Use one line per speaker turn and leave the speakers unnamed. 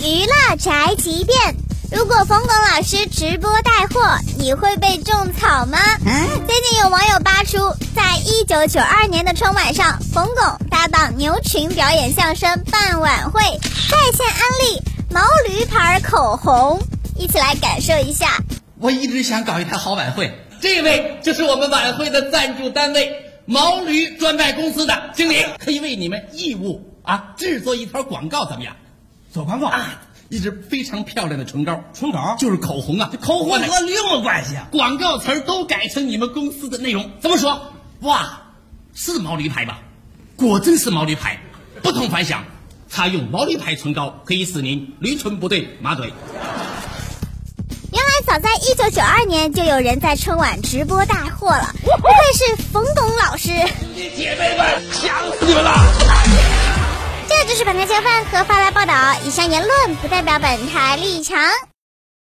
娱乐宅急便。如果冯巩老师直播带货，你会被种草吗？最近有网友扒出，在一九九二年的春晚上，冯巩搭档牛群表演相声办晚会，在线安利毛驴牌口红，一起来感受一下。
我一直想搞一台好晚会。这位就是我们晚会的赞助单位毛驴专卖公司的经理，可以为你们义务啊制作一条广告，怎么样？
走广告
啊，一支非常漂亮的唇膏，
春稿
就是口红啊，
口红
我的
和驴有没有关系啊？
广告词儿都改成你们公司的内容，怎么说？哇，是毛驴牌吧？果真是毛驴牌，不同凡响。他用毛驴牌唇膏可以使您驴唇不对马嘴。
原来早在一九九二年就有人在春晚直播带货了，不愧是冯巩老师。
姐妹们，想死你们了！
这就是本台囚犯和发来报道，以上言论不代表本台立场。